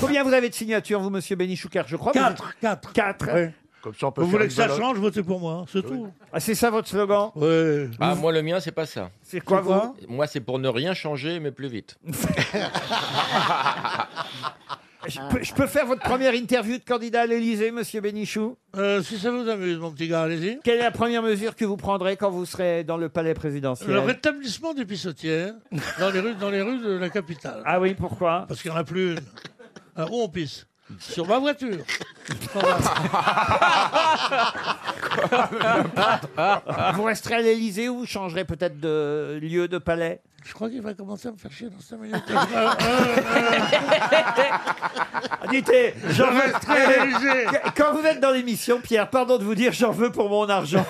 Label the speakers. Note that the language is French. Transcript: Speaker 1: Combien vous avez de signatures, vous, monsieur Bénichou car je crois
Speaker 2: Quatre,
Speaker 1: quatre. Quatre.
Speaker 3: Comme ça, on peut
Speaker 2: Vous
Speaker 3: faire
Speaker 2: voulez
Speaker 3: une
Speaker 2: que ça
Speaker 3: balade.
Speaker 2: change, votez pour moi, hein, c'est tout.
Speaker 1: Ah, c'est ça votre slogan
Speaker 2: Ouais.
Speaker 4: Ah, moi, le mien, c'est pas ça.
Speaker 1: C'est quoi, vous
Speaker 4: Moi, c'est pour ne rien changer, mais plus vite.
Speaker 1: je peux, je peux faire votre première interview de candidat à l'Élysée, monsieur Bénichou
Speaker 2: Euh, si ça vous amuse, mon petit gars, allez-y.
Speaker 1: Quelle est la première mesure que vous prendrez quand vous serez dans le palais présidentiel
Speaker 2: Le rétablissement des pissotières dans les rues, dans les rues de la capitale.
Speaker 1: Ah oui, pourquoi
Speaker 2: Parce qu'il n'y en a plus une. Alors, où on pisse Sur ma voiture.
Speaker 1: Vous resterez à l'Élysée ou vous changerez peut-être de lieu de palais
Speaker 2: Je crois qu'il va commencer à me faire chier dans 5 minutes.
Speaker 1: Ah, Dites, j'en veux-
Speaker 2: Allez-y.
Speaker 1: Quand vous êtes dans l'émission, Pierre, pardon de vous dire, j'en veux pour mon argent.